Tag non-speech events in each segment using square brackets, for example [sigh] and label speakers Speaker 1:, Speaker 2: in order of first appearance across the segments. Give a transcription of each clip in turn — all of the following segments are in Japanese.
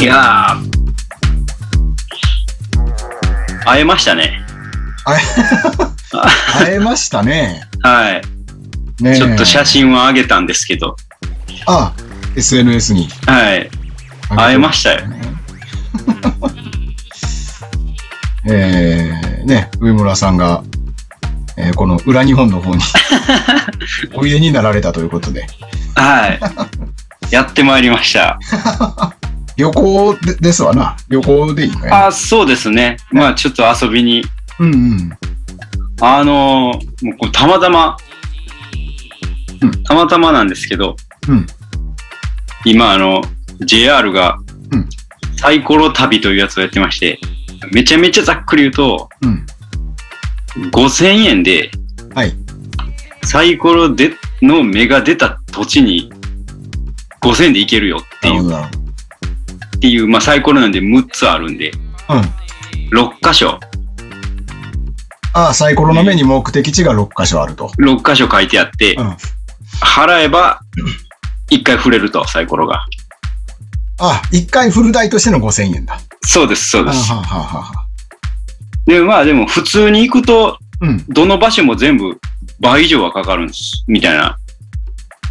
Speaker 1: いやー、会えましたね。
Speaker 2: あ [laughs] 会えましたね。
Speaker 1: はい。
Speaker 2: ねえ
Speaker 1: ちょっと写真は上げたんですけど、
Speaker 2: あ、SNS に。
Speaker 1: はい。会えましたよ。
Speaker 2: [laughs] えー、ね、上村さんが、えーこの裏日本
Speaker 1: [laughs]
Speaker 2: の方においでになられたということで、 [laughs]
Speaker 1: はい。やってまいりました。
Speaker 2: 旅行でですわな。旅行でいいかい
Speaker 1: あ、そうですね。まあ、ちょっと遊びに。
Speaker 2: うんうん。
Speaker 1: あのーもうこうたまたま
Speaker 2: うん、
Speaker 1: たまたまなんですけど、
Speaker 2: うん
Speaker 1: 今、あの、JR が
Speaker 2: うん、
Speaker 1: サイコロ旅というやつをやってまして、めちゃめちゃざっくり言うと、
Speaker 2: うん。
Speaker 1: 5000円で、
Speaker 2: はい
Speaker 1: サイコロでの目が出た土地に5000円で行けるよって
Speaker 2: ないる
Speaker 1: う
Speaker 2: ほ、どなる
Speaker 1: っていう、まあ、サイコロなんで6つあるんで、
Speaker 2: ほど。うん。
Speaker 1: 6箇所、
Speaker 2: あサイコロの目に目的地が6箇所あると。
Speaker 1: 6箇所書いてあって、
Speaker 2: うん。
Speaker 1: 払えば1回振れると、サイコロが。
Speaker 2: あ、1回フル代としての5000円だ。
Speaker 1: そうです、そう
Speaker 2: あは
Speaker 1: です。
Speaker 2: あはあはあはあ
Speaker 1: で、まあでも普通に行くと、
Speaker 2: うん。
Speaker 1: どの場所も全部倍以上はかかるんです、みたいな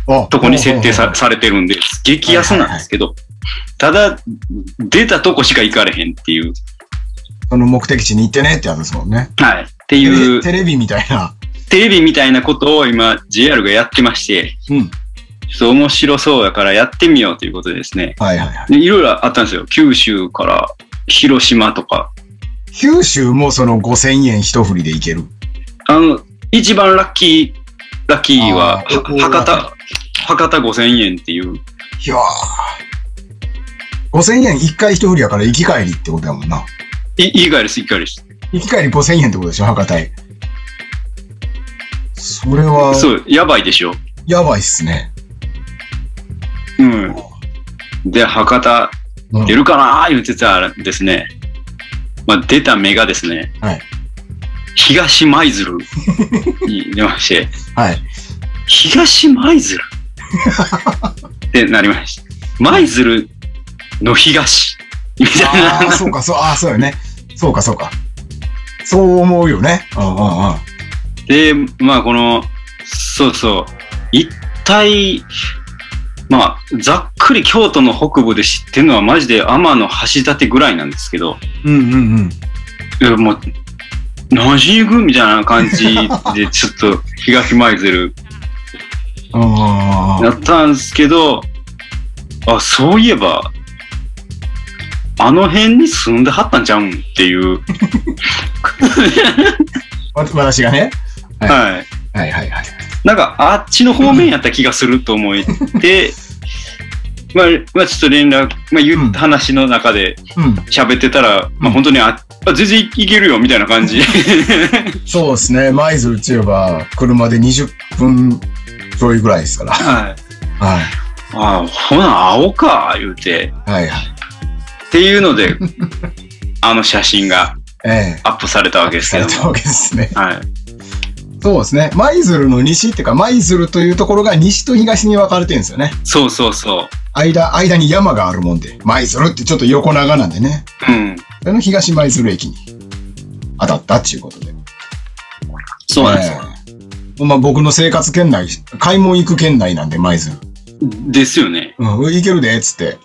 Speaker 2: あ
Speaker 1: とこに設定
Speaker 2: ほうほうほ
Speaker 1: さ
Speaker 2: う
Speaker 1: されてるんで、激安なんですけど、ただ、出たとこしか行かれへんっていう、
Speaker 2: その目的地に行ってねってやつですもんね。
Speaker 1: はい、っていう
Speaker 2: テレテレビみたいな。
Speaker 1: テレビみたいなことを今 JR がやってまして、
Speaker 2: うん。
Speaker 1: ちょっと面白そうだからやってみようということでですね。
Speaker 2: はいはいはい。
Speaker 1: でいろいろあったんですよ。九州から広島とか。
Speaker 2: 九州もその5000円一振りで行ける。
Speaker 1: あの、一番ラッキー、ラッキーは、
Speaker 2: あー
Speaker 1: は博多、博多5000円っていう。
Speaker 2: いやー。5000円一回一振りやから行き帰りってことやもんな。
Speaker 1: い、以外です、以外です。
Speaker 2: 行き帰り5000円ってことでしょ、博多へ。それは、
Speaker 1: そう、やばいでしょ。
Speaker 2: やばいっすね。
Speaker 1: うん。で、博多
Speaker 2: うん
Speaker 1: 出るかなー言ってたらですね。まあ、出た目がですね。
Speaker 2: はい
Speaker 1: 東舞鶴に出まして。
Speaker 2: はい。
Speaker 1: 東舞鶴ってなりました。舞鶴の東みたい
Speaker 2: あ
Speaker 1: な。
Speaker 2: あ、そうか、そう、ああ、そうよね。そうか、そうか。そう思うよね。うんうんうん。
Speaker 1: で、まあこの、そうそう、一体、まあざっくり京都の北部で知ってるのはマジで天の橋立ぐらいなんですけど、
Speaker 2: うんうんうん。
Speaker 1: いやもう、何しに行くみたいな感じで、ちょっと東舞鶴
Speaker 2: あ
Speaker 1: やったんですけど、あ、そういえば、あの辺に住んではったんちゃうんっていう。
Speaker 2: あ、わ私がね。
Speaker 1: はい。
Speaker 2: はいはいはい。
Speaker 1: なんか、あっちの方面やった気がすると思って、まあ、まあ、ちょっと連絡、まあ、言
Speaker 2: うん
Speaker 1: う話の中で
Speaker 2: うん。
Speaker 1: 喋ってたら、まあ、本当にあ、あ全然いけるよ、みたいな感じ。
Speaker 2: そうですね。舞鶴って言えば、車で20分ちょいぐらいですから。は
Speaker 1: はい。
Speaker 2: い。
Speaker 1: [laughs] ああ、ほな、青か、言うて。
Speaker 2: はいはい。
Speaker 1: っていうので、あの写真が
Speaker 2: ええ
Speaker 1: アップされたわけです
Speaker 2: さ
Speaker 1: け
Speaker 2: れ
Speaker 1: ど
Speaker 2: た
Speaker 1: も。
Speaker 2: わけですね。
Speaker 1: はい。
Speaker 2: そうですね。舞鶴の西っていうか、舞鶴というところが西と東に分かれてるんですよね。
Speaker 1: そうそうそ
Speaker 2: 間、間に山があるもんで。舞鶴ってちょっと横長なんでね。
Speaker 1: う。うん。
Speaker 2: それの東舞鶴駅に当たったっていうことで。
Speaker 1: そうなんですよ。
Speaker 2: ええまあ僕の生活圏内、買い物行く圏内なんで、舞鶴。
Speaker 1: ですよね。
Speaker 2: うん、行けるで、つって。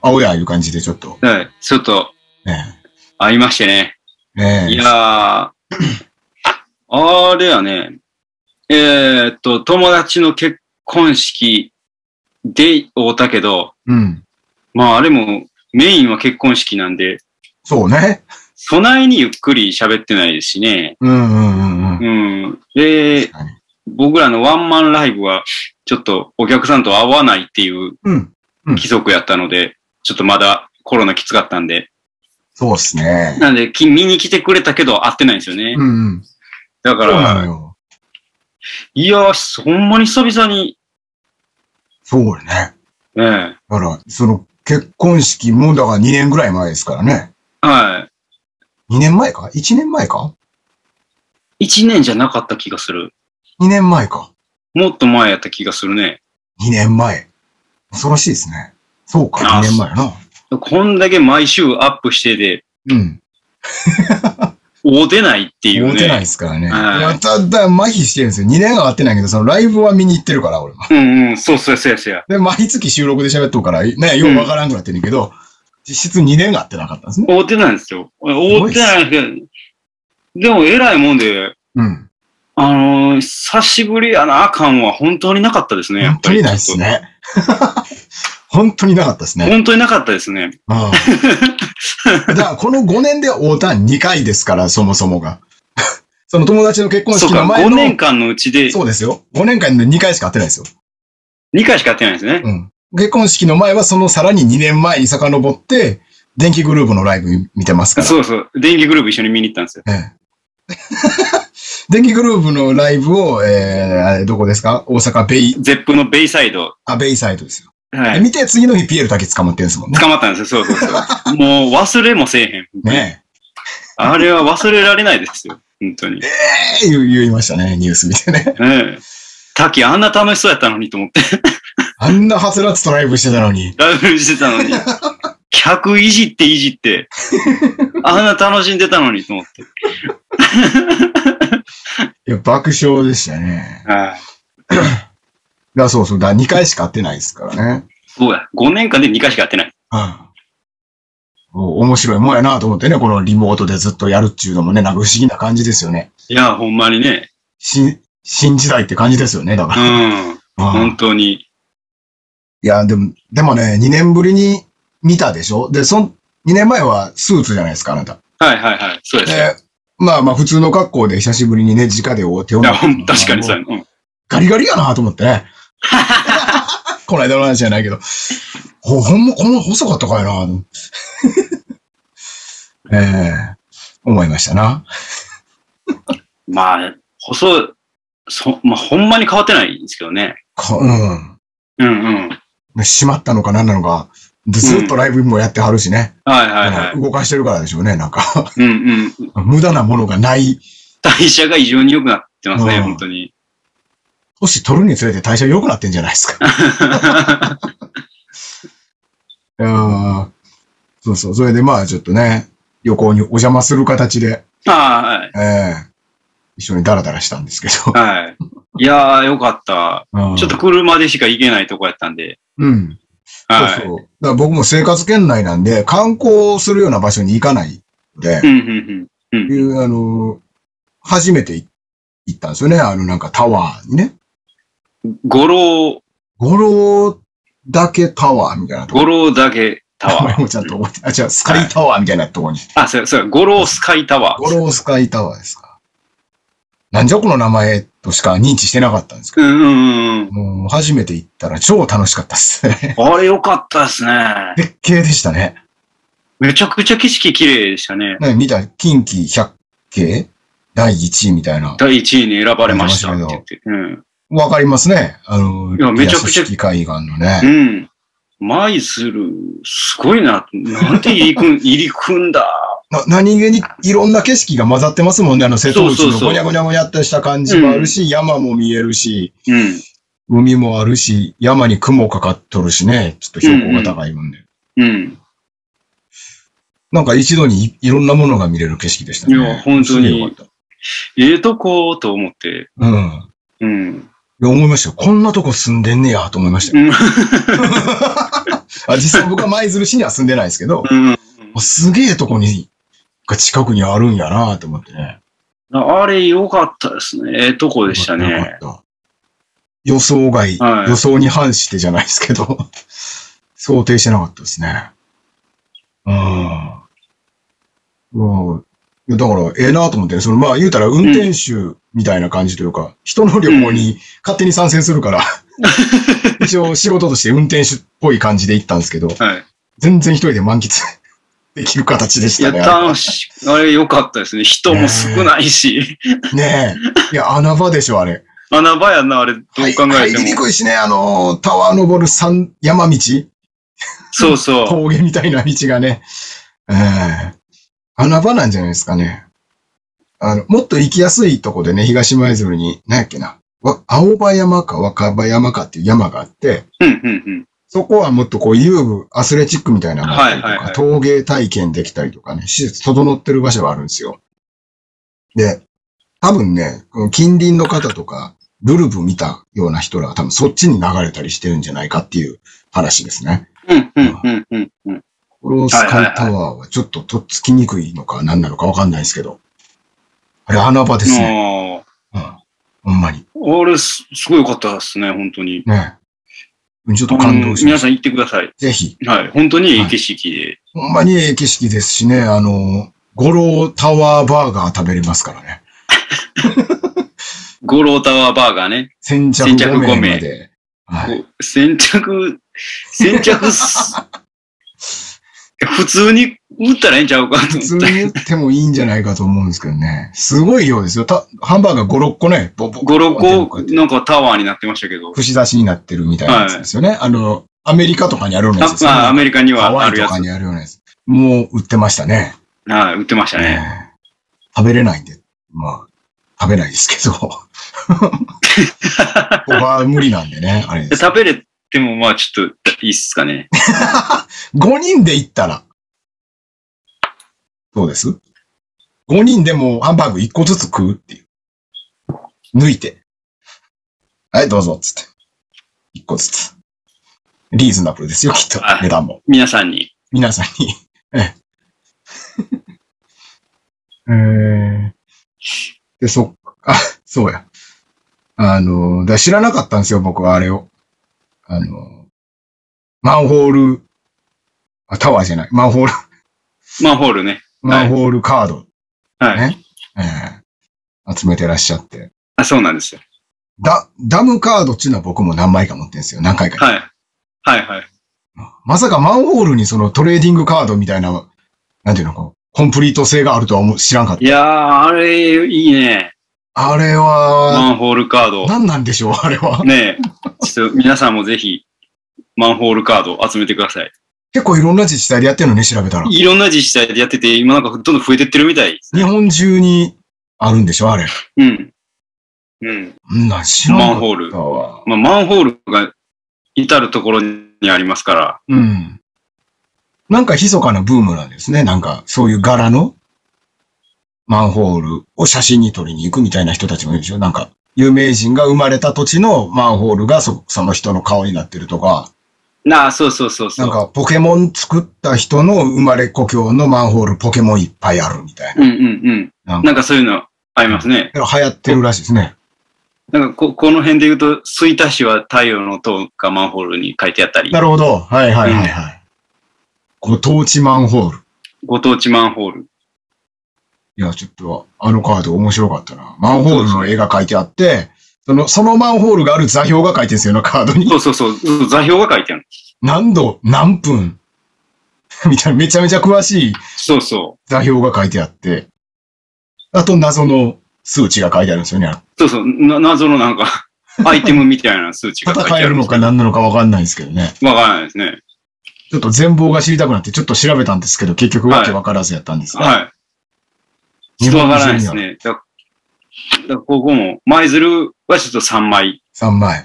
Speaker 2: あおや、いう感じでちょっと。
Speaker 1: はい。ちょっと、
Speaker 2: ね
Speaker 1: 会いましてね。
Speaker 2: えええ
Speaker 1: いやー、あれやね、えーっと、友達の結婚式で会うたけど、
Speaker 2: うん。
Speaker 1: まああれもメインは結婚式なんで、
Speaker 2: そうね。
Speaker 1: 備えにゆっくり喋ってないですしね。
Speaker 2: うんうんうんうん。
Speaker 1: うん。で、僕らのワンマンライブは、ちょっとお客さんと会わないっていう
Speaker 2: うん。
Speaker 1: 規則やったので、ちょっとまだコロナきつかったんで。
Speaker 2: そうっすね。
Speaker 1: なんで、き見に来てくれたけど会ってないんですよね。
Speaker 2: うんうん。
Speaker 1: だか
Speaker 2: そうなの
Speaker 1: ら、
Speaker 2: よ。
Speaker 1: いやー、ほんまに久々に、
Speaker 2: そうよね。
Speaker 1: ええ
Speaker 2: だから、その、結婚式も、だから2年ぐらい前ですからね。
Speaker 1: は
Speaker 2: 2年前か ?1 年前か
Speaker 1: い。一年じゃなかった気がする。
Speaker 2: ?2 年前か。
Speaker 1: もっと前やった気がするね。
Speaker 2: 2年前。恐ろしいですね。そうか、
Speaker 1: あ
Speaker 2: 2年前やな。
Speaker 1: こんだけ毎週アップしてて、
Speaker 2: うん。
Speaker 1: 会うてないっていうね。
Speaker 2: 会うてないですからね。
Speaker 1: はい
Speaker 2: いやただ、麻痺してるんですよ。2年は会ってないけど、そのライブは見に行ってるから、俺も。
Speaker 1: うんうん、そうそうそうやそうや。
Speaker 2: で、毎月収録で喋っとくから、ね、ようわからんくなってんねんけど、実質2年会ってなかったんですね。
Speaker 1: 会うてないんですよ。会うてないけど、でも偉いもんで、
Speaker 2: うん。
Speaker 1: あのー久しぶりやな、あかんは本当になかったですね、や
Speaker 2: 本
Speaker 1: っぱ
Speaker 2: 当
Speaker 1: り。
Speaker 2: にないです。ね。 [laughs] 本当になかったですね。
Speaker 1: 本当になかったですね。
Speaker 2: うん [laughs] だから、この5年で会うたん2回ですから、そもそもが。 [laughs] その友達の結婚
Speaker 1: そう
Speaker 2: 式の
Speaker 1: か、
Speaker 2: 前
Speaker 1: 5
Speaker 2: の。
Speaker 1: 年間のうちで
Speaker 2: そうですよ。5年間で2回しか会ってないですよ。
Speaker 1: 2回しか会ってないんですね。
Speaker 2: うん。結婚式の前はそのさらに2年前に遡って、電気グループのライブ見てますから。
Speaker 1: そうそう、電気グループ一緒に見に行ったんですよ。
Speaker 2: ええ電気グループのライブを、えーあれどこですか大阪ベイ、
Speaker 1: ゼップのベイサイド。
Speaker 2: あ、ベイサイドですよ。
Speaker 1: は
Speaker 2: で
Speaker 1: い。
Speaker 2: 見て、次の日ピエールだけ捕まってるんですもんね。
Speaker 1: 捕まったんですよ、そうそうそう。 [laughs] もう忘れもせえへん。
Speaker 2: ね
Speaker 1: あれは忘れられないですよ、本当に。ね
Speaker 2: え。ええ言う言いましたね、ニュース見てね。
Speaker 1: えタキあんな楽しそうやったのにと
Speaker 2: [laughs]
Speaker 1: 思って、
Speaker 2: あんなはつらつとライブしてたのに。
Speaker 1: ライブしてたのに。客いじっていじって、あんな楽しんでたのにと思って。
Speaker 2: いや、爆笑でしたね。
Speaker 1: はい。
Speaker 2: だそうそう。だ2回しか会ってないですからね。
Speaker 1: そうや。5年間で2回しかやってない。
Speaker 2: うん。お面白いもんやなと思ってね、このリモートでずっとやるっていうのもね、なんか不思議な感じですよね。
Speaker 1: いや、ほんまにね。
Speaker 2: 新、新時代って感じですよね、だ
Speaker 1: う
Speaker 2: か
Speaker 1: ん。
Speaker 2: ら。うん
Speaker 1: 本当に。
Speaker 2: いや、でも、でもね、2年ぶりに見たでしょで、そん、2年前はスーツじゃないですか、あなた。
Speaker 1: はいはいはい。そうですよ。
Speaker 2: で、まあまあ普通の格好で久しぶりにね、直でお手を
Speaker 1: い
Speaker 2: な
Speaker 1: や、ほん確かにそうや。うん。
Speaker 2: ガリガリやなと思っ
Speaker 1: [laughs]
Speaker 2: てね。この間の話じゃないけど。ほ、ほんま、こんな細かったかいなとええ思いましたな。
Speaker 1: まあ、細い、そ、まあ、ほんまに変わってないんですけどね。
Speaker 2: かうん。
Speaker 1: うんうん。
Speaker 2: 閉まったのか何なのか、ずっとライブもやってはるしね。
Speaker 1: はいはいは
Speaker 2: 動かしてるからでしょうね、なんか。 [laughs]
Speaker 1: い。うんうん。
Speaker 2: 無駄なものがない。
Speaker 1: 代謝が異常に良くなってますね、
Speaker 2: うん
Speaker 1: 本当に。 [laughs]
Speaker 2: 年取るにつれて代謝良くなってんじゃないで
Speaker 1: [laughs]
Speaker 2: すか。いやーそうそう。それでまあちょっとね、旅行にお邪魔する形で、
Speaker 1: は
Speaker 2: ええ一緒にダラダラしたんですけど
Speaker 1: い。。はい。いやー、よかった。
Speaker 2: う
Speaker 1: [laughs]
Speaker 2: ん
Speaker 1: ちょっと車でしか行けないとこやったんで。
Speaker 2: うん。そう
Speaker 1: はい。
Speaker 2: そう。だから僕も生活圏内なんで、観光するような場所に行かないので
Speaker 1: う、んうんうん。うん。
Speaker 2: いうあの、初めてい行ったんですよね。あの、なんかタワーにね。
Speaker 1: 五郎、
Speaker 2: 五郎だけタワーみたいなとこ。
Speaker 1: 五郎だけタ
Speaker 2: 名
Speaker 1: ワ
Speaker 2: 前
Speaker 1: ー。
Speaker 2: もちゃんと覚えて、あ、違う、スカイタワーみたいなとこに。
Speaker 1: あ、そうそう、五郎スカイタワ
Speaker 2: 五
Speaker 1: ー。
Speaker 2: 郎スカイタワーですか。なんじゃこの名前としか認知してなかったんですけ
Speaker 1: うんうんうん。
Speaker 2: ど、もう初めて行ったら超楽しかったっすね。
Speaker 1: あれよかったですね。
Speaker 2: 絶景でしたね。
Speaker 1: めちゃくちゃ景色綺麗でしたね。
Speaker 2: ね、見た近畿百景第1位みたいな。
Speaker 1: 第1位に選ばれましたって言って。うん。
Speaker 2: わかりますね。あの、
Speaker 1: いやめちゃくちゃ
Speaker 2: リアス式海岸の
Speaker 1: う
Speaker 2: ね。
Speaker 1: ん。舞鶴、すごいな。なんて入り
Speaker 2: [laughs]
Speaker 1: 組ん、入り組んだ。
Speaker 2: な何気にいろんな景色が混ざってますもんね。あの、瀬戸内
Speaker 1: そうそう
Speaker 2: の
Speaker 1: そう
Speaker 2: ごにゃごにゃごにゃっとした感じもあるし、山も見えるし、
Speaker 1: うん。
Speaker 2: 海もあるし、山に雲かかっとるしね。ちょっと標高が高いもんで。
Speaker 1: うん。
Speaker 2: なんか一度にいいろんなものが見れる景色でしたね。
Speaker 1: いや本当に
Speaker 2: すげえよかっ
Speaker 1: ええとこと思って。
Speaker 2: た。うん。い
Speaker 1: うん。
Speaker 2: や、思いましたよ。こんなとこ住んでんねや、と思い
Speaker 1: [laughs]
Speaker 2: ましたよ。
Speaker 1: うん
Speaker 2: あ実際僕は舞鶴市には住んでないですけど、
Speaker 1: うん。
Speaker 2: あすげえとこに、が近くにあるんやなと思ってね。
Speaker 1: あれ良かったですね。ええとこでした
Speaker 2: よか
Speaker 1: ね
Speaker 2: っ。た。予想外、
Speaker 1: はい
Speaker 2: 予想に反してじゃないですけど、 [laughs] 想定してなかったですね。うん。うんいやだから、ええなと思って、その、まあ、言うたら、運転手みたいな感じというか、人の旅行に勝手に参戦するから、 [laughs] 一応仕事として運転手っぽい感じで行ったんですけど、
Speaker 1: はい。
Speaker 2: 全然一人で満喫できる形でし
Speaker 1: いや、
Speaker 2: たね。
Speaker 1: 楽しい。あれ良かったですね。人も少ないし。
Speaker 2: ねえ。いや、穴場でしょ、あれ。
Speaker 1: 穴場やな、あれ。どう考えても。
Speaker 2: はい入りにくいしね、あのー、タワー登る山、山道
Speaker 1: そうそう。
Speaker 2: 峠みたいな道がね。ええ穴場なんじゃないですかね。あの、もっと行きやすいとこでね、東舞鶴に、何やっけな。わ青葉山か若葉山かっていう山があって、
Speaker 1: うんうんうん。
Speaker 2: そこはもっとこう遊具、アスレチックみたいなのがあったりとか、
Speaker 1: はいはいはい
Speaker 2: 陶芸体験できたりとかね、施設整ってる場所はあるんですよ。で、多分ね、この近隣の方とか、ルルブ見たような人らは多分そっちに流れたりしてるんじゃないかっていう話ですね。
Speaker 1: うん、うん、うん、うん、うん。
Speaker 2: これをスカイタワーはちょっととっつきにくいのか何なのかわかんないですけど。あれ穴場ですね。
Speaker 1: あ
Speaker 2: うん。ほんまに。
Speaker 1: あ、あれす、すごい良かったですね、本当に。
Speaker 2: ねえちょっと感動しま
Speaker 1: 皆
Speaker 2: し
Speaker 1: さ
Speaker 2: た。
Speaker 1: ん行ってください。
Speaker 2: ぜひ。
Speaker 1: はい、本当にいい景色で。
Speaker 2: ほんまにええ景色ですしね、あの、五郎タワーバーガー食べれますからね。
Speaker 1: ゴロータワーバーガーね。
Speaker 2: 先着
Speaker 1: 先着
Speaker 2: 5名
Speaker 1: 五名
Speaker 2: まで。はい。
Speaker 1: こう先着、先着す、
Speaker 2: [laughs]
Speaker 1: 普通に打ったらええんちゃうかと
Speaker 2: 普
Speaker 1: 思
Speaker 2: 通
Speaker 1: っ
Speaker 2: に
Speaker 1: た。
Speaker 2: 言ってもいいんじゃないかと思うんですけどね。すごい量ですよ。たハンバーガー5、6個ね、ボボボ
Speaker 1: 5、6
Speaker 2: こう
Speaker 1: 個
Speaker 2: やっ、 [laughs] て
Speaker 1: なんかタワーになってましたけど。
Speaker 2: 串刺しになってるみたいなやつですよね。あの、アメリカとかにあるようなやつですよね
Speaker 1: あ、アメリカに
Speaker 2: ハ
Speaker 1: は
Speaker 2: ワ
Speaker 1: あ
Speaker 2: イ
Speaker 1: る
Speaker 2: と
Speaker 1: や
Speaker 2: か
Speaker 1: つ。
Speaker 2: にあるようなやつ。もう売ってましたね。
Speaker 1: はい、売ってましたね。
Speaker 2: ええ食べれないんで、まあ、食べないですけ
Speaker 1: [laughs]
Speaker 2: ど。僕は無理なんでね、あれです。
Speaker 1: 食べれても、まあ、ちょっと、いいっすかね。
Speaker 2: [laughs] 5人で行ったら、どうです ?5 人でもハンバーグ1個ずつ食うっていう。抜いて。はい、どうぞ、つって。1個ずつ。リーズナブルですよ、きっと
Speaker 1: は。い
Speaker 2: 値段も。
Speaker 1: 皆さんに。
Speaker 2: 皆さんに。 [laughs] ええ。えーで、そっか、あ、そうや。あの、だ知らなかったんですよ、僕はあれを。あの、マンホール、あ、タワーじゃない、マンホール、
Speaker 1: マンホールね。
Speaker 2: マンホールカード、
Speaker 1: はい。
Speaker 2: ええ集めてらっしゃって。
Speaker 1: あ、そうなんですよ。
Speaker 2: だ、ダムカードっていうのは僕も何枚か持ってるんですよ、何回か。
Speaker 1: はい。はい、はい。
Speaker 2: まさかマンホールにそのトレーディングカードみたいな、なんていうのか、コンプリート性があるとは思う知らんかった
Speaker 1: いやー、あれ、いいね。
Speaker 2: あれは、
Speaker 1: マンホールカード。
Speaker 2: 何なんでしょう、あ [laughs] れは。
Speaker 1: ねえ、ちょっと皆さんもぜひ、マンホールカード集めてください。
Speaker 2: 結構いろんな自治体でやってるのね、調べたら。
Speaker 1: いろんな自治体でやってて、今なんかどんどん増えてってるみたいです
Speaker 2: 日
Speaker 1: ね。
Speaker 2: 本中にあるんでしょ、あれ。
Speaker 1: うん。うん。
Speaker 2: うんなん、知らん
Speaker 1: マ
Speaker 2: か
Speaker 1: ン
Speaker 2: っ
Speaker 1: ホール
Speaker 2: た。わ。
Speaker 1: まあ、マンホールが至るところにありますから。
Speaker 2: うん。なんか密かなブームなんですね。なんか、そういう柄のマンホールを写真に撮りに行くみたいな人たちもいるでしょ。なんか、有名人が生まれた土地のマンホールがそその人の顔になってるとか。
Speaker 1: なあ、そうそうそうそ
Speaker 2: な
Speaker 1: う。
Speaker 2: んか、ポケモン作った人の生まれ故郷のマンホール、ポケモンいっぱいあるみたい
Speaker 1: うんうん
Speaker 2: な。な
Speaker 1: うんん。
Speaker 2: か
Speaker 1: なんかそういうのありますね。
Speaker 2: 流行ってるらしいですね。
Speaker 1: なんかこ、この辺で言うと、吹田市は太陽の塔がマンホールに書いてあったり
Speaker 2: な、るほど。はいはいはいはい。ご当地マンホール。
Speaker 1: ご当地マンホール。
Speaker 2: いや、ちょっと、あのカード面白かったな。マンホールの絵が書いてあって、その、そのマンホールがある座標が書いてるんですよ、カードに
Speaker 1: そ。うそうそうそう、座標が書いてある。
Speaker 2: 何度、何分。 [laughs] みたいな、めちゃめちゃ詳しい
Speaker 1: そうそ
Speaker 2: 座標が書いてあって、あと謎の数値が書いてあるんですよね。
Speaker 1: う。そうそう、な謎のなん
Speaker 2: [laughs]
Speaker 1: か、アイテムみたいな数値が書いてあ
Speaker 2: 戦え
Speaker 1: るん
Speaker 2: る
Speaker 1: で
Speaker 2: の
Speaker 1: すけ
Speaker 2: か
Speaker 1: ど。
Speaker 2: 何なのかわかんないですけどね。
Speaker 1: わからないですね。
Speaker 2: ちょっと全貌が知りたくなって、ちょっと調べたんですけど、結局わけわからずやったんですが。
Speaker 1: はい。ちょっとわからないです
Speaker 2: 日本中に
Speaker 1: ね。だだからここも、舞鶴はちょっと3枚、
Speaker 2: ある。3枚。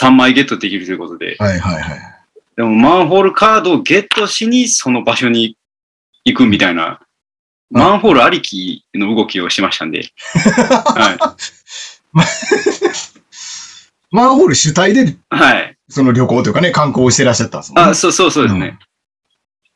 Speaker 1: 3枚ゲットできるということで。
Speaker 2: はいはいはい。
Speaker 1: でも、マンホールカードをゲットしに、その場所に行くみたいな、
Speaker 2: うん
Speaker 1: マンホールありきの動きをしましたん
Speaker 2: [laughs]
Speaker 1: で。は
Speaker 2: マンホール主体で、
Speaker 1: い。はい。
Speaker 2: その旅行というかね、観光をしてらっしゃったんですもん
Speaker 1: あ、
Speaker 2: ね。
Speaker 1: そうそうそうですね。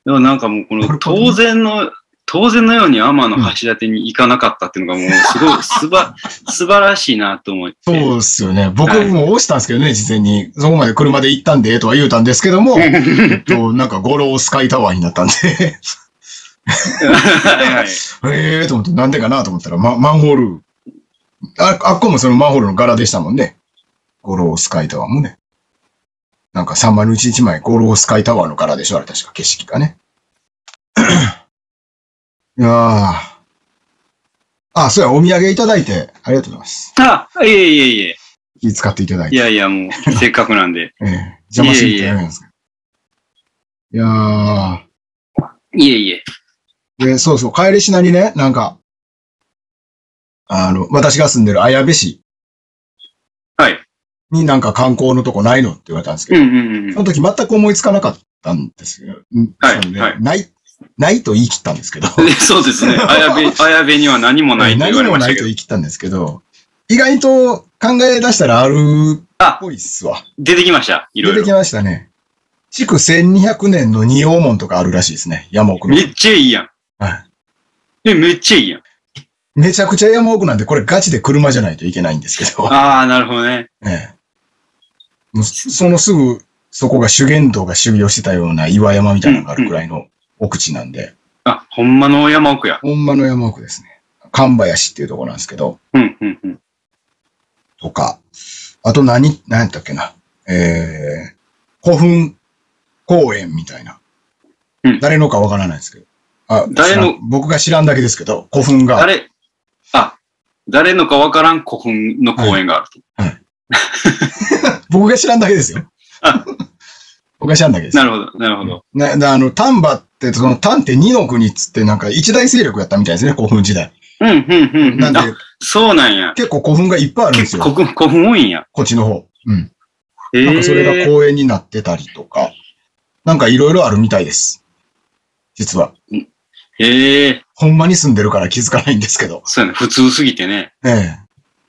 Speaker 1: でもなんかもう、こ
Speaker 2: な
Speaker 1: の
Speaker 2: るほどね
Speaker 1: 当然の、当然のように天の橋立に行かなかったっていうのがもうす
Speaker 2: [laughs]
Speaker 1: ごい、すば、素晴らしいなと思って。
Speaker 2: そうですよね。僕も押したんですけどね、事前に。そこまで車で行ったんで、とは言うたんですけども、えっと、なんか五郎スカイタワーになったんで、
Speaker 1: [laughs]
Speaker 2: [laughs]
Speaker 1: はいはい。
Speaker 2: えーと思って、なんでかなと思ったら、ま、マンホール。あ、あっこもそのマンホールの柄でしたもんね。五郎スカイタワーもね。なんか3枚のうち1枚、五郎スカイタワーの柄でしょ、あれ確か景色がね。いやーあ、そうや、お土産いただいて、ありがとうございます。
Speaker 1: あ、いえいえいえ。
Speaker 2: 気使っていただいて
Speaker 1: い。やいや、もう、せっかくなんで。
Speaker 2: ええ、邪魔しに行ってやるんですけど。いや
Speaker 1: いえいえ。
Speaker 2: ー、で、そうそう、帰りしなにね、なんか、あの、私が住んでる綾部市
Speaker 1: はい。
Speaker 2: になんか観光のとこないのって言われたんですけ
Speaker 1: うん
Speaker 2: ど、
Speaker 1: うんうん
Speaker 2: その時全く思いつかなかったんですよ。
Speaker 1: はい
Speaker 2: なので
Speaker 1: はい
Speaker 2: ない、ないと言い切ったんです
Speaker 1: [laughs]
Speaker 2: けど。
Speaker 1: でそうですね。綾部、綾部には何もないと言われ
Speaker 2: 何も
Speaker 1: まし
Speaker 2: な
Speaker 1: た
Speaker 2: い
Speaker 1: け
Speaker 2: と
Speaker 1: ど。
Speaker 2: 言い切ったんですけど、意外と考え出したらあるっぽいっすわ。
Speaker 1: 出てきました。いろ
Speaker 2: 出
Speaker 1: い
Speaker 2: てき
Speaker 1: ろ。
Speaker 2: ましたね。築1200年の仁王門とかあるらしいですね。山奥の。
Speaker 1: めっちゃいいやん。
Speaker 2: はい
Speaker 1: え、めっちゃいいやん。
Speaker 2: めちゃくちゃ山奥なんで、これガチで車じゃないといけないんですけど。
Speaker 1: ああ、なるほどね。
Speaker 2: [laughs] ええ。もうそそのすぐ、そこが修験道が修行してたような岩山みたいなのがあるくらいの奥地なんで、
Speaker 1: あ、ほんまの山奥や。
Speaker 2: ほんまの山奥ですね。神林っていうところなんですけど、
Speaker 1: うん、うん、うん。
Speaker 2: とか、あと何、何やったっけな、えー、古墳公園みたいな。
Speaker 1: うん
Speaker 2: 誰のかわからないですけど。あ、
Speaker 1: 誰の
Speaker 2: 知らん僕が知らんだけですけど、古墳が。
Speaker 1: 誰、あ、誰のかわからん古墳の公園があると。
Speaker 2: 僕が知らんだけですよ
Speaker 1: あ。
Speaker 2: [laughs] 僕が知らんだけです
Speaker 1: な。るほど、なるほど。
Speaker 2: な、なあの、丹波って、その丹って二の国っつってなんか一大勢力やったみたいですね、古墳時代。
Speaker 1: うん、うん、うん
Speaker 2: な
Speaker 1: うんん。
Speaker 2: で、
Speaker 1: あ、そうなんや。
Speaker 2: 結構古墳がいっぱいあるんです
Speaker 1: 結構
Speaker 2: よ。
Speaker 1: 古墳古墳多いんや。
Speaker 2: こっちの方。うん。
Speaker 1: え
Speaker 2: なんかそれが
Speaker 1: こ
Speaker 2: 公園になってたりとか、なんかいろいろあるみたいです。実は。
Speaker 1: う。ええ
Speaker 2: ほんまに住んでるから気づかないんですけど。
Speaker 1: そうやね。普通すぎてね。
Speaker 2: ええ。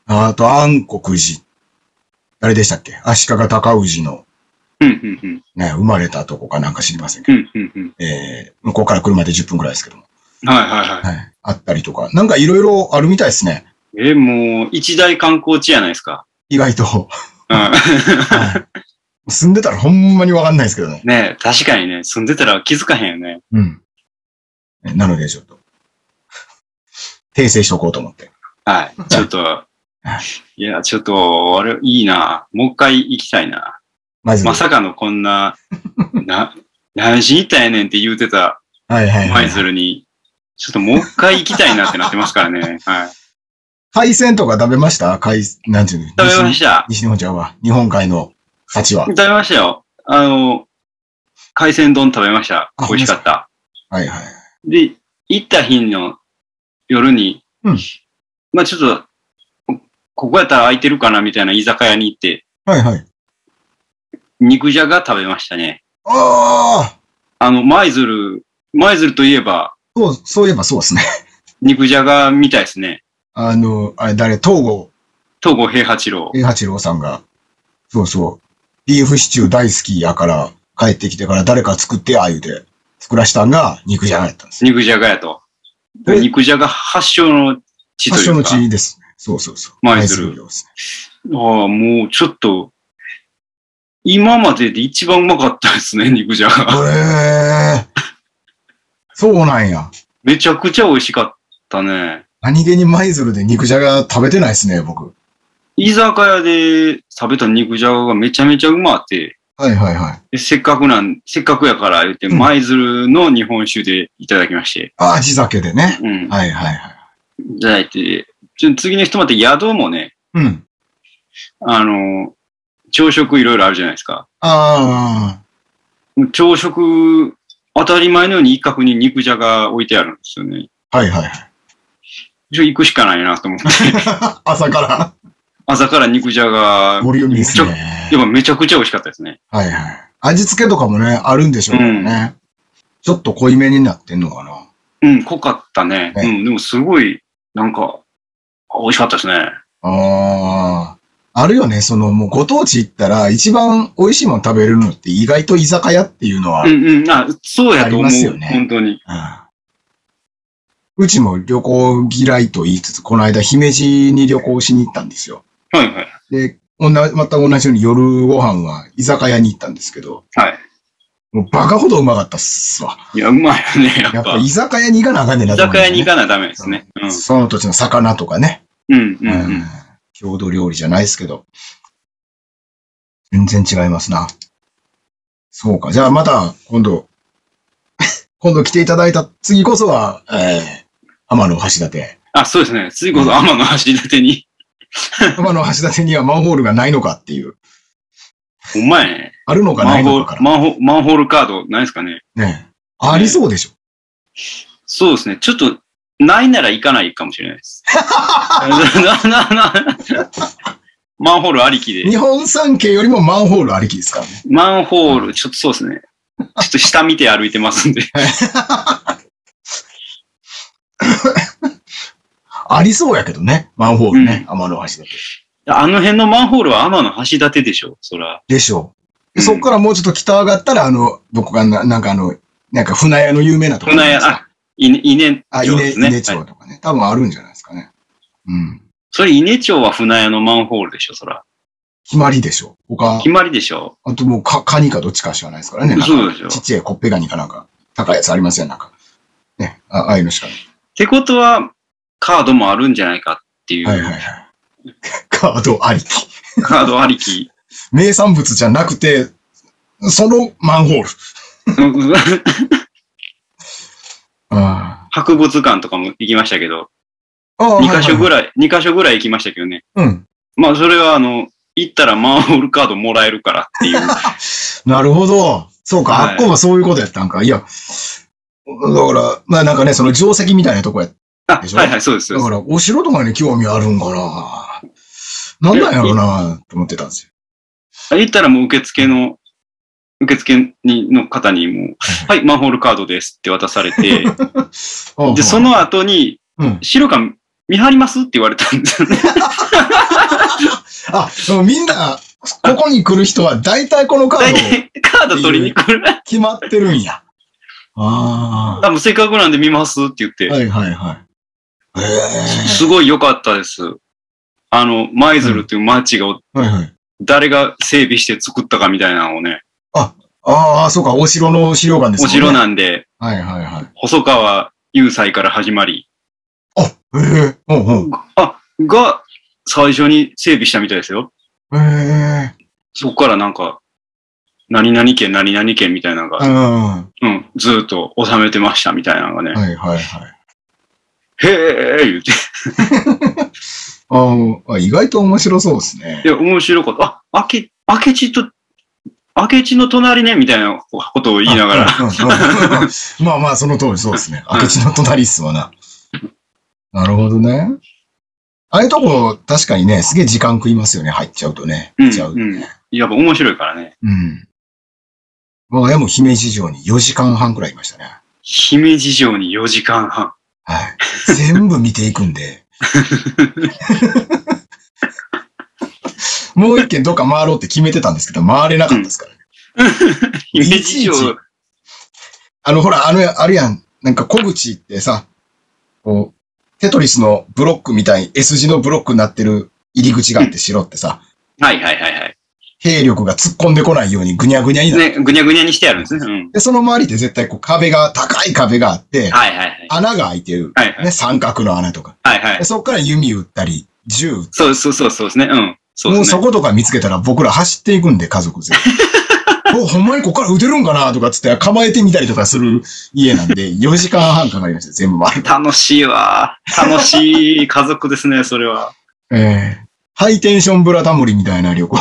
Speaker 2: あと、暗黒寺。誰でしたっけ足利尊氏の
Speaker 1: うん、うん、うん。
Speaker 2: ね、生まれたとこかなんか知りませんけ
Speaker 1: うん、うん、うん。
Speaker 2: ど。ええ向こうから車で10分くらいですけども。
Speaker 1: はい、はい、はい。
Speaker 2: はい。あったりとか。なんかいろいろあるみたいですね。
Speaker 1: え、もう、一大観光地やないですか。
Speaker 2: 意外と。
Speaker 1: うん。
Speaker 2: [laughs] はい [laughs] 住んでたらほんまにわかんないですけどね。
Speaker 1: ねえ確かにね、住んでたら気づかへんよね。
Speaker 2: うん。なのでちょっと、訂正しとこうと思って。
Speaker 1: はい。ちょっと、いや、ちょっと、あれ、いいな。もう一回行きたいな。
Speaker 2: まず、
Speaker 1: まさかのこんな、な、何しに行ったんやねんって言うてた
Speaker 2: はいはいは
Speaker 1: 舞
Speaker 2: い。
Speaker 1: 鶴に、ちょっともう一回行きたいなってなってます
Speaker 2: [laughs]
Speaker 1: からね。はい。
Speaker 2: 海鮮とか食べました海、なんていうの
Speaker 1: 食べま
Speaker 2: 西
Speaker 1: した。
Speaker 2: 西日本ちゃうわ。日本海の幸は
Speaker 1: 食。べましたよ。あの、海鮮丼食べました。
Speaker 2: あ
Speaker 1: 美味しかった。
Speaker 2: はいはい。
Speaker 1: で、行った日の夜に、
Speaker 2: うん
Speaker 1: まあちょっと、ここやったら空いてるかなみたいな居酒屋に行って、
Speaker 2: はいはい。
Speaker 1: 肉じゃが食べましたね。
Speaker 2: ああ
Speaker 1: あの、舞鶴、舞鶴といえば、
Speaker 2: そう、そういえばそうですね。 [laughs]
Speaker 1: 肉じゃがみたいですね。
Speaker 2: あの、あれ誰、東郷
Speaker 1: 東郷平八郎。
Speaker 2: 平八郎さんが、そうそう、ビーフシチュー大好きやから、帰ってきてから誰か作ってや、言うて、作らしたんが肉じゃがやったんですよ
Speaker 1: 肉じゃがやと。
Speaker 2: え
Speaker 1: 肉じゃが発祥の地と
Speaker 2: 発
Speaker 1: い
Speaker 2: 祥
Speaker 1: う
Speaker 2: の
Speaker 1: か。
Speaker 2: 地ですね。そうそうそう。
Speaker 1: 舞鶴
Speaker 2: 料ですね。
Speaker 1: ああ、もうちょっと、今までで一番うまかったですね、 [laughs] 肉じゃが。
Speaker 2: へえー。そうなんや。
Speaker 1: めちゃくちゃ美味しかったね。
Speaker 2: 何気に舞鶴で肉じゃが食べてないですね、僕。
Speaker 1: 居酒屋で食べた肉じゃががめちゃめちゃうまって、
Speaker 2: はいはいはい。
Speaker 1: でせっかくなん、せっかくやから言って、
Speaker 2: うん
Speaker 1: 舞鶴の日本酒でいただきまして。
Speaker 2: ああ、地酒でね。
Speaker 1: うん。
Speaker 2: はいはいはい。
Speaker 1: いただいて、ちょ次の人また宿もね、
Speaker 2: うん。
Speaker 1: あの、朝食いろいろあるじゃないですか。
Speaker 2: ああ、
Speaker 1: 朝食、当たり前のように一角に肉じゃが置いてあるんですよね。
Speaker 2: はいはい [laughs] はい。
Speaker 1: ちょ行くしかないなと思って。
Speaker 2: 朝から
Speaker 1: [laughs] 朝から肉じゃが、
Speaker 2: 盛り読みです
Speaker 1: めち
Speaker 2: ね
Speaker 1: ゃや。っぱめちゃくちゃ美味しかったですね。
Speaker 2: はいはい。味付けとかもね、あるんでしょうからね。ちょっと濃いめになってんのかな。
Speaker 1: うん、濃かったね。
Speaker 2: ね
Speaker 1: うん、でもすごい、なんか、美味しかったですね。
Speaker 2: ああ。あるよね、その、もうご当地行ったら、一番美味しいもの食べれるのって意外と居酒屋っていうのは、
Speaker 1: うんうん、あ、そうやと
Speaker 2: あり
Speaker 1: 思
Speaker 2: ますよ
Speaker 1: う。
Speaker 2: ね
Speaker 1: 本当に。
Speaker 2: うんうちも旅行嫌いと言いつつ、この間姫路に旅行しに行ったんですよ。
Speaker 1: はいはい。
Speaker 2: で、同じまた同じように夜ご飯は居酒屋に行ったんですけど、
Speaker 1: はい。
Speaker 2: もうバカほどうまかったっすわ。
Speaker 1: いや、うまいよね、や
Speaker 2: や
Speaker 1: っ
Speaker 2: っぱ
Speaker 1: ぱ。
Speaker 2: 居酒屋に行かなあかんねんな
Speaker 1: 居
Speaker 2: と思っ
Speaker 1: 酒
Speaker 2: て、
Speaker 1: 屋に行かなダメですね。うん。
Speaker 2: その土地の魚とかね、
Speaker 1: うん、
Speaker 2: う
Speaker 1: うんん、うん。
Speaker 2: 郷土料理じゃないですけど、全然違いますな。そうか。じゃあまた今度、 [laughs] 今度来ていただいた次こそは、えー、天の橋立。
Speaker 1: あ、そうですね。次こそ天の橋立てに。
Speaker 2: 今の橋立にはマンホールがないのかっていう。
Speaker 1: ほんまやね。
Speaker 2: あるのか
Speaker 1: マ
Speaker 2: ない
Speaker 1: ンホ
Speaker 2: のか
Speaker 1: ー
Speaker 2: か
Speaker 1: ル、マンホマンホールカードないですかね。
Speaker 2: ら。ねえありそうでしょ。
Speaker 1: そうですね。ちょっと、
Speaker 2: [laughs]
Speaker 1: ないなら行かないかもしれないです。なななマンホールありきで
Speaker 2: 日。本三景よりもマンホールありきですからね。
Speaker 1: マンホール、ちょっとそうですね。ちょっと下見て歩いてますんで。
Speaker 2: ありそうやけどね。マンホールね。天の橋だと。
Speaker 1: あの辺のマンホールは天の橋立でしょ、そら。
Speaker 2: でしょう。
Speaker 1: うん
Speaker 2: そこからもうちょっと北上がったら、あの、どこかな、なんかあの、なんか船屋の有名なところ。
Speaker 1: 船屋あ稲稲
Speaker 2: あ、
Speaker 1: 町
Speaker 2: 稲
Speaker 1: ですね。
Speaker 2: 稲
Speaker 1: はい
Speaker 2: 町とかね。多分あるんじゃないですかね。うん。
Speaker 1: それ稲町は船屋のマンホールでしょ、そら。
Speaker 2: 決まりでしょう。他
Speaker 1: 決、まりでしょ。
Speaker 2: あともうカカニかどっちかしかないですからね。なんか
Speaker 1: そうでしょ。
Speaker 2: ちっちゃいコッペガニかなんか、高いやつありません、なんか。ね。あああいうのしかない。
Speaker 1: ってことは、カードもあるんじゃないかっていう、
Speaker 2: はいはいはい。 [laughs] カードありき。
Speaker 1: カードあり
Speaker 2: [laughs]
Speaker 1: き。
Speaker 2: 名産物じゃなくて、そのマンホール。
Speaker 1: うん
Speaker 2: あ
Speaker 1: 博物館とかも行きましたけど、
Speaker 2: あ。ああ
Speaker 1: 2箇所ぐ
Speaker 2: い。
Speaker 1: らい、2箇所ぐらい行きましたけどね。
Speaker 2: うん。
Speaker 1: まあ、それはあの、行ったらマンホールカードもらえるからって
Speaker 2: [laughs]
Speaker 1: いう。
Speaker 2: なるほど。そうか、
Speaker 1: はい
Speaker 2: あっこもそういうことやったんか。いや、だから、まあなんかね、その定石みたいなとこや。
Speaker 1: あ、
Speaker 2: でしょ
Speaker 1: はいはい、そうです。そう
Speaker 2: だ
Speaker 1: で
Speaker 2: か
Speaker 1: す
Speaker 2: ら、お城とかに興味あるんかな。なんなんやろうな、と思ってたんですよ。
Speaker 1: 行ったらもう受付の、受付にの方にもう、はい、マンホールカードですって渡され
Speaker 2: [laughs]
Speaker 1: て、
Speaker 2: ああ
Speaker 1: で、そ、の後に、
Speaker 2: うん
Speaker 1: 資料館見張りますって言われたんですよね。
Speaker 2: あ、でもみんな、ここに来る人は大体このカー
Speaker 1: 大
Speaker 2: ド
Speaker 1: 体カード取りに来る。
Speaker 2: 決まってるん
Speaker 1: [laughs]
Speaker 2: や。あ
Speaker 1: あ、もうせっかくなんで見ますって言って、
Speaker 2: あ。はいはいはい。へ
Speaker 1: すごい良かったです。あの、舞鶴という町が、
Speaker 2: え。はいはい。
Speaker 1: 誰が整備して作ったかみたいなのをね、
Speaker 2: ああ、そうか、お城の資料館です
Speaker 1: お
Speaker 2: もんね。
Speaker 1: 城なんで、
Speaker 2: はいはいはい。
Speaker 1: 細川雄斎から始まり、
Speaker 2: あ、へえ、うんうん。
Speaker 1: あ、が最初に整備したみたいですよ。
Speaker 2: へえ、
Speaker 1: そこからなんか、何々県何々県みたいなの
Speaker 2: う
Speaker 1: が、
Speaker 2: ん。は
Speaker 1: うん、ずーっと収めてましたみたいなのがね
Speaker 2: い、はいはい。
Speaker 1: へえー言って、
Speaker 2: あーあ、意外と面白そうですね
Speaker 1: い。や、面白かった。あ、明け、明智と、明智の隣ね、みたいなことを言いながら、
Speaker 2: うんうん
Speaker 1: [laughs]
Speaker 2: うんまあまあ、その通りそうですね。明智の隣っすわな。なるほどね。ああいうとこ、確かにね、すげえ時間食いますよね、入っちゃうとね。
Speaker 1: うん、
Speaker 2: 行っちゃうと
Speaker 1: うん
Speaker 2: ね。。
Speaker 1: やっぱ面白いからね。
Speaker 2: うん。我が家も姫路城に4時間半くらいいましたね。
Speaker 1: 姫路城に4時間
Speaker 2: [laughs]
Speaker 1: 半。
Speaker 2: はい。全部見ていく
Speaker 1: [laughs]
Speaker 2: んで。もう一軒どっか回ろうって決めてたんですけど、回れなかったですからね。
Speaker 1: 姫路
Speaker 2: いちい
Speaker 1: 城
Speaker 2: ち、あの、ほら、あの、あるやん。なんか小口ってさ、こう、テトリスのブロックみたいに S 字のブロックになってる入り口があって城ってさ、
Speaker 1: はいはいはいはい。
Speaker 2: 兵力が突っ込んでこないようにぐにゃぐにゃになる。
Speaker 1: ね、ぐにゃぐにゃにしてあるんですね。うん。
Speaker 2: で、その周りって絶対こう壁が、高い壁があって、
Speaker 1: はいはいはい。
Speaker 2: 穴が開いてる。
Speaker 1: はいはい。
Speaker 2: ね、三角の穴とか。
Speaker 1: はいは
Speaker 2: で
Speaker 1: い。
Speaker 2: そこから弓撃ったり、銃撃ったり
Speaker 1: そうそうそうそうですね。うん。そう
Speaker 2: も
Speaker 1: で
Speaker 2: う
Speaker 1: す
Speaker 2: そ
Speaker 1: ね。
Speaker 2: ことか見つけたら僕ら走っていくんで、家族全
Speaker 1: [laughs]
Speaker 2: 員。お、ほんまにここから撃てるんかなとかっつって構えてみたりとかする家なんで、4時間半かかりました、全部回る。
Speaker 1: 楽しいわ。楽しい家族
Speaker 2: [laughs]
Speaker 1: ですね、それは。
Speaker 2: ええハイテンションブラタモリみたいな旅 [laughs] 行。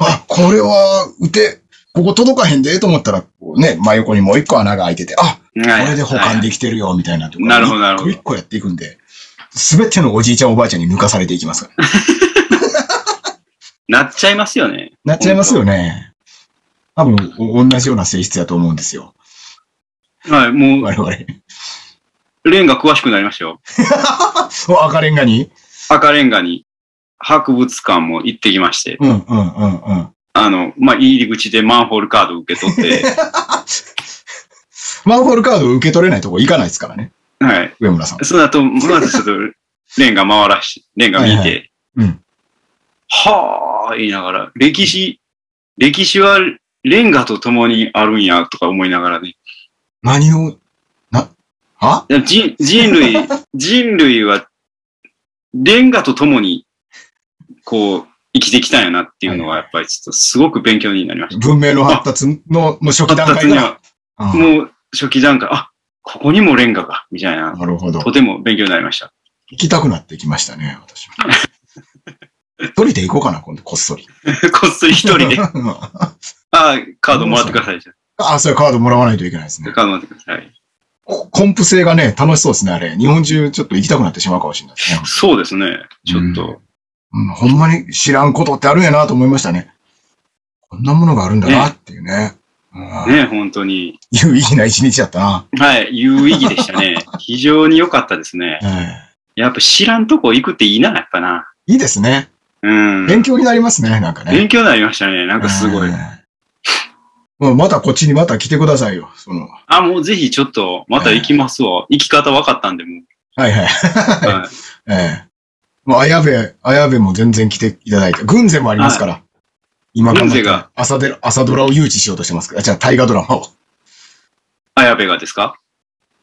Speaker 2: あ、これは撃て、ここ届かへんでと思ったら、こうね、真横にもう一個穴が開いてて、あ、
Speaker 1: こ
Speaker 2: これで保管できてるよ、みたいなとか。
Speaker 1: なるほどなるほど
Speaker 2: 一個一個やっていくんで、すべてのおじいちゃんおばあちゃんに抜かされていきますから。
Speaker 1: なっちゃいますよね。
Speaker 2: なっちゃいますよね。多分、お同じような性質だと思うんですよ。
Speaker 1: はい、も
Speaker 2: 我々。
Speaker 1: う、レンガ詳しくなりましたよ。
Speaker 2: お赤レンガに
Speaker 1: 赤レンガに、博物館も行ってきまして、
Speaker 2: うんうんうんうん。
Speaker 1: あの、まあ、入り口でマンホールカード受け取って、
Speaker 2: [laughs] マンホールカードを受け取れないとこ行かないですからね。
Speaker 1: はい。
Speaker 2: 上村さん。
Speaker 1: その後、まずちょっと、レンガ回らし、レンガ見て、
Speaker 2: はいはうん。
Speaker 1: はあ、言いながら、歴史、歴史はレンガと共にあるんや、とか思いながらね。
Speaker 2: 何を、な、は
Speaker 1: でも人人
Speaker 2: [laughs]
Speaker 1: 類、人類は、レンガと共に、こう、生きてきたんやなっていうのは、やっぱりちょっとすごく勉強になりまし
Speaker 2: 文明の発達のもう初期
Speaker 1: た。
Speaker 2: 段
Speaker 1: 発達に
Speaker 2: 階だ
Speaker 1: は、。
Speaker 2: うん
Speaker 1: もう初期段階、あ、ここにもレンガが、みたいな、
Speaker 2: なるほど。
Speaker 1: とても勉強になりました。 [laughs]
Speaker 2: 行きたくなってきましたね、私も。一人で行こうかな、今度、こっそり。、
Speaker 1: こっそり一人で
Speaker 2: うん
Speaker 1: あ、カードもらってください。じゃ
Speaker 2: [laughs] あ、そうカードもらわないといけないです
Speaker 1: あ
Speaker 2: ね。
Speaker 1: カードもらってください。
Speaker 2: こコンプ制がね、楽しそうですね、あれ。日本中ちょっと行きたくなってしまうかもしれないですね。
Speaker 1: そうですね。ちょっと、
Speaker 2: うん、ほんまに知らんことってあるんやなと思いましたね。こんなものがあるんだなっていうね。うん
Speaker 1: ね、本当に。
Speaker 2: 有意義な一日だったな。
Speaker 1: はい、有意義でしたね。非常に良かったですね。
Speaker 2: え
Speaker 1: やっぱ知らんとこ行くっていいな、やっぱな。
Speaker 2: えいいですね。
Speaker 1: うん。
Speaker 2: 勉強になりますね、なんかね。
Speaker 1: 勉強になりましたね。なんかすごい
Speaker 2: え。え。 [laughs] まあまたこっちにまた来てくださいよ。その、は
Speaker 1: あ、もうぜひちょっと、また行きますわ。行き方分かったんで、もう。
Speaker 2: いはい。
Speaker 1: は
Speaker 2: [laughs] ええ。まあ、綾部、綾部も全然来ていただいて、軍勢もありますから。今頑張って
Speaker 1: 軍勢が
Speaker 2: 朝で、朝ドラを誘致しようとしてますから。じゃあ、大河ドラマを。
Speaker 1: い。綾部がですか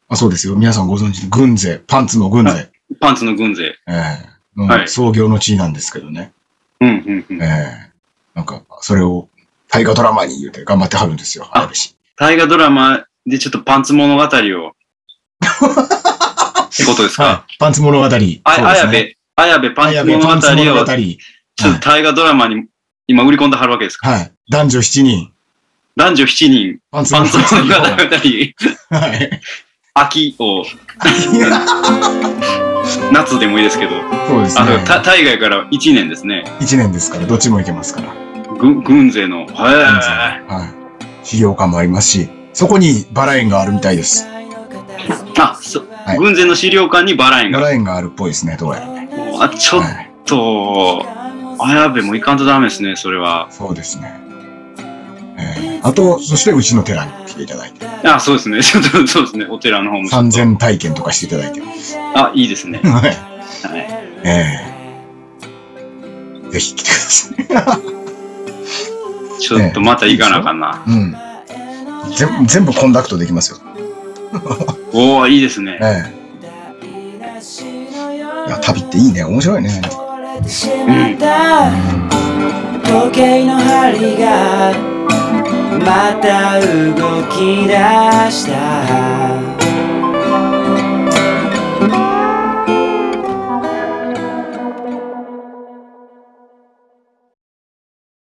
Speaker 2: あそうですよ。皆さんご存知、軍勢、パンツの軍勢。
Speaker 1: はパンツの軍勢。
Speaker 2: ええの
Speaker 1: はい
Speaker 2: 創業の地なんですけどね。
Speaker 1: うん、うん、うん。
Speaker 2: ええなんか、それを、大河ドラマに言うて頑張ってはるんですよ、
Speaker 1: あ
Speaker 2: 綾部氏。
Speaker 1: 大河ドラマでちょっとパンツ物語
Speaker 2: [laughs]
Speaker 1: を。ってことですか、
Speaker 2: い。パンツ物語。そうですね
Speaker 1: あ、綾部、綾部パンツ
Speaker 2: 綾部
Speaker 1: 物語
Speaker 2: パ
Speaker 1: を、
Speaker 2: ン
Speaker 1: ち
Speaker 2: ツ物
Speaker 1: ょ
Speaker 2: 語。
Speaker 1: っと大河ドラマに今売り込んではるわけですか、
Speaker 2: はい。男女7人。
Speaker 1: 男女7人、
Speaker 2: [laughs] パンツ
Speaker 1: パ
Speaker 2: 物
Speaker 1: ンツ
Speaker 2: 語を。
Speaker 1: 物語、 [laughs]
Speaker 2: はい。
Speaker 1: 秋を、夏でもいいですけど、
Speaker 2: そうです
Speaker 1: あの、
Speaker 2: ね。
Speaker 1: た海外から1年ですね。
Speaker 2: 1年ですから、どっちもいけますから。
Speaker 1: 軍軍勢の、はい。
Speaker 2: はい。資料館もありますし、そこにバラ園があるみたいです。
Speaker 3: あ、そ
Speaker 2: はい
Speaker 1: 軍勢の資料館にバラ園
Speaker 2: バ
Speaker 1: が。
Speaker 2: ラ園があるっぽいですね、どうやら。
Speaker 3: う。
Speaker 1: あ、
Speaker 3: あ、
Speaker 1: ち
Speaker 3: ち
Speaker 1: ょ
Speaker 3: ょ
Speaker 1: っ
Speaker 3: っ
Speaker 2: はい。
Speaker 1: と、
Speaker 3: と、
Speaker 1: 綾
Speaker 3: 綾
Speaker 1: 部
Speaker 3: 部
Speaker 1: も
Speaker 3: も
Speaker 1: 行か
Speaker 3: 行か
Speaker 1: ん
Speaker 3: ん
Speaker 1: と
Speaker 3: と
Speaker 1: ダ
Speaker 3: ダ
Speaker 1: メ
Speaker 3: メ
Speaker 1: で
Speaker 3: ですす
Speaker 1: ね、
Speaker 3: ね。
Speaker 1: それは。
Speaker 2: そうですね。えーあと、そしてうちの寺に来ていただいて、
Speaker 1: あ、そうですね。 [laughs] ちょっと、そうですね。お寺の方も。
Speaker 2: 三千体験とかしていただいて、
Speaker 1: あ、いいですね。
Speaker 2: は
Speaker 1: はい。
Speaker 2: えい。ぜひ来てください。
Speaker 1: ちょっとまた行かなあかんな。
Speaker 2: うん。全全部コンダクトできますよ。
Speaker 1: おおいいですね。
Speaker 2: ええいや、旅っていいね。面白いね。
Speaker 3: 時計の針がまた動き出した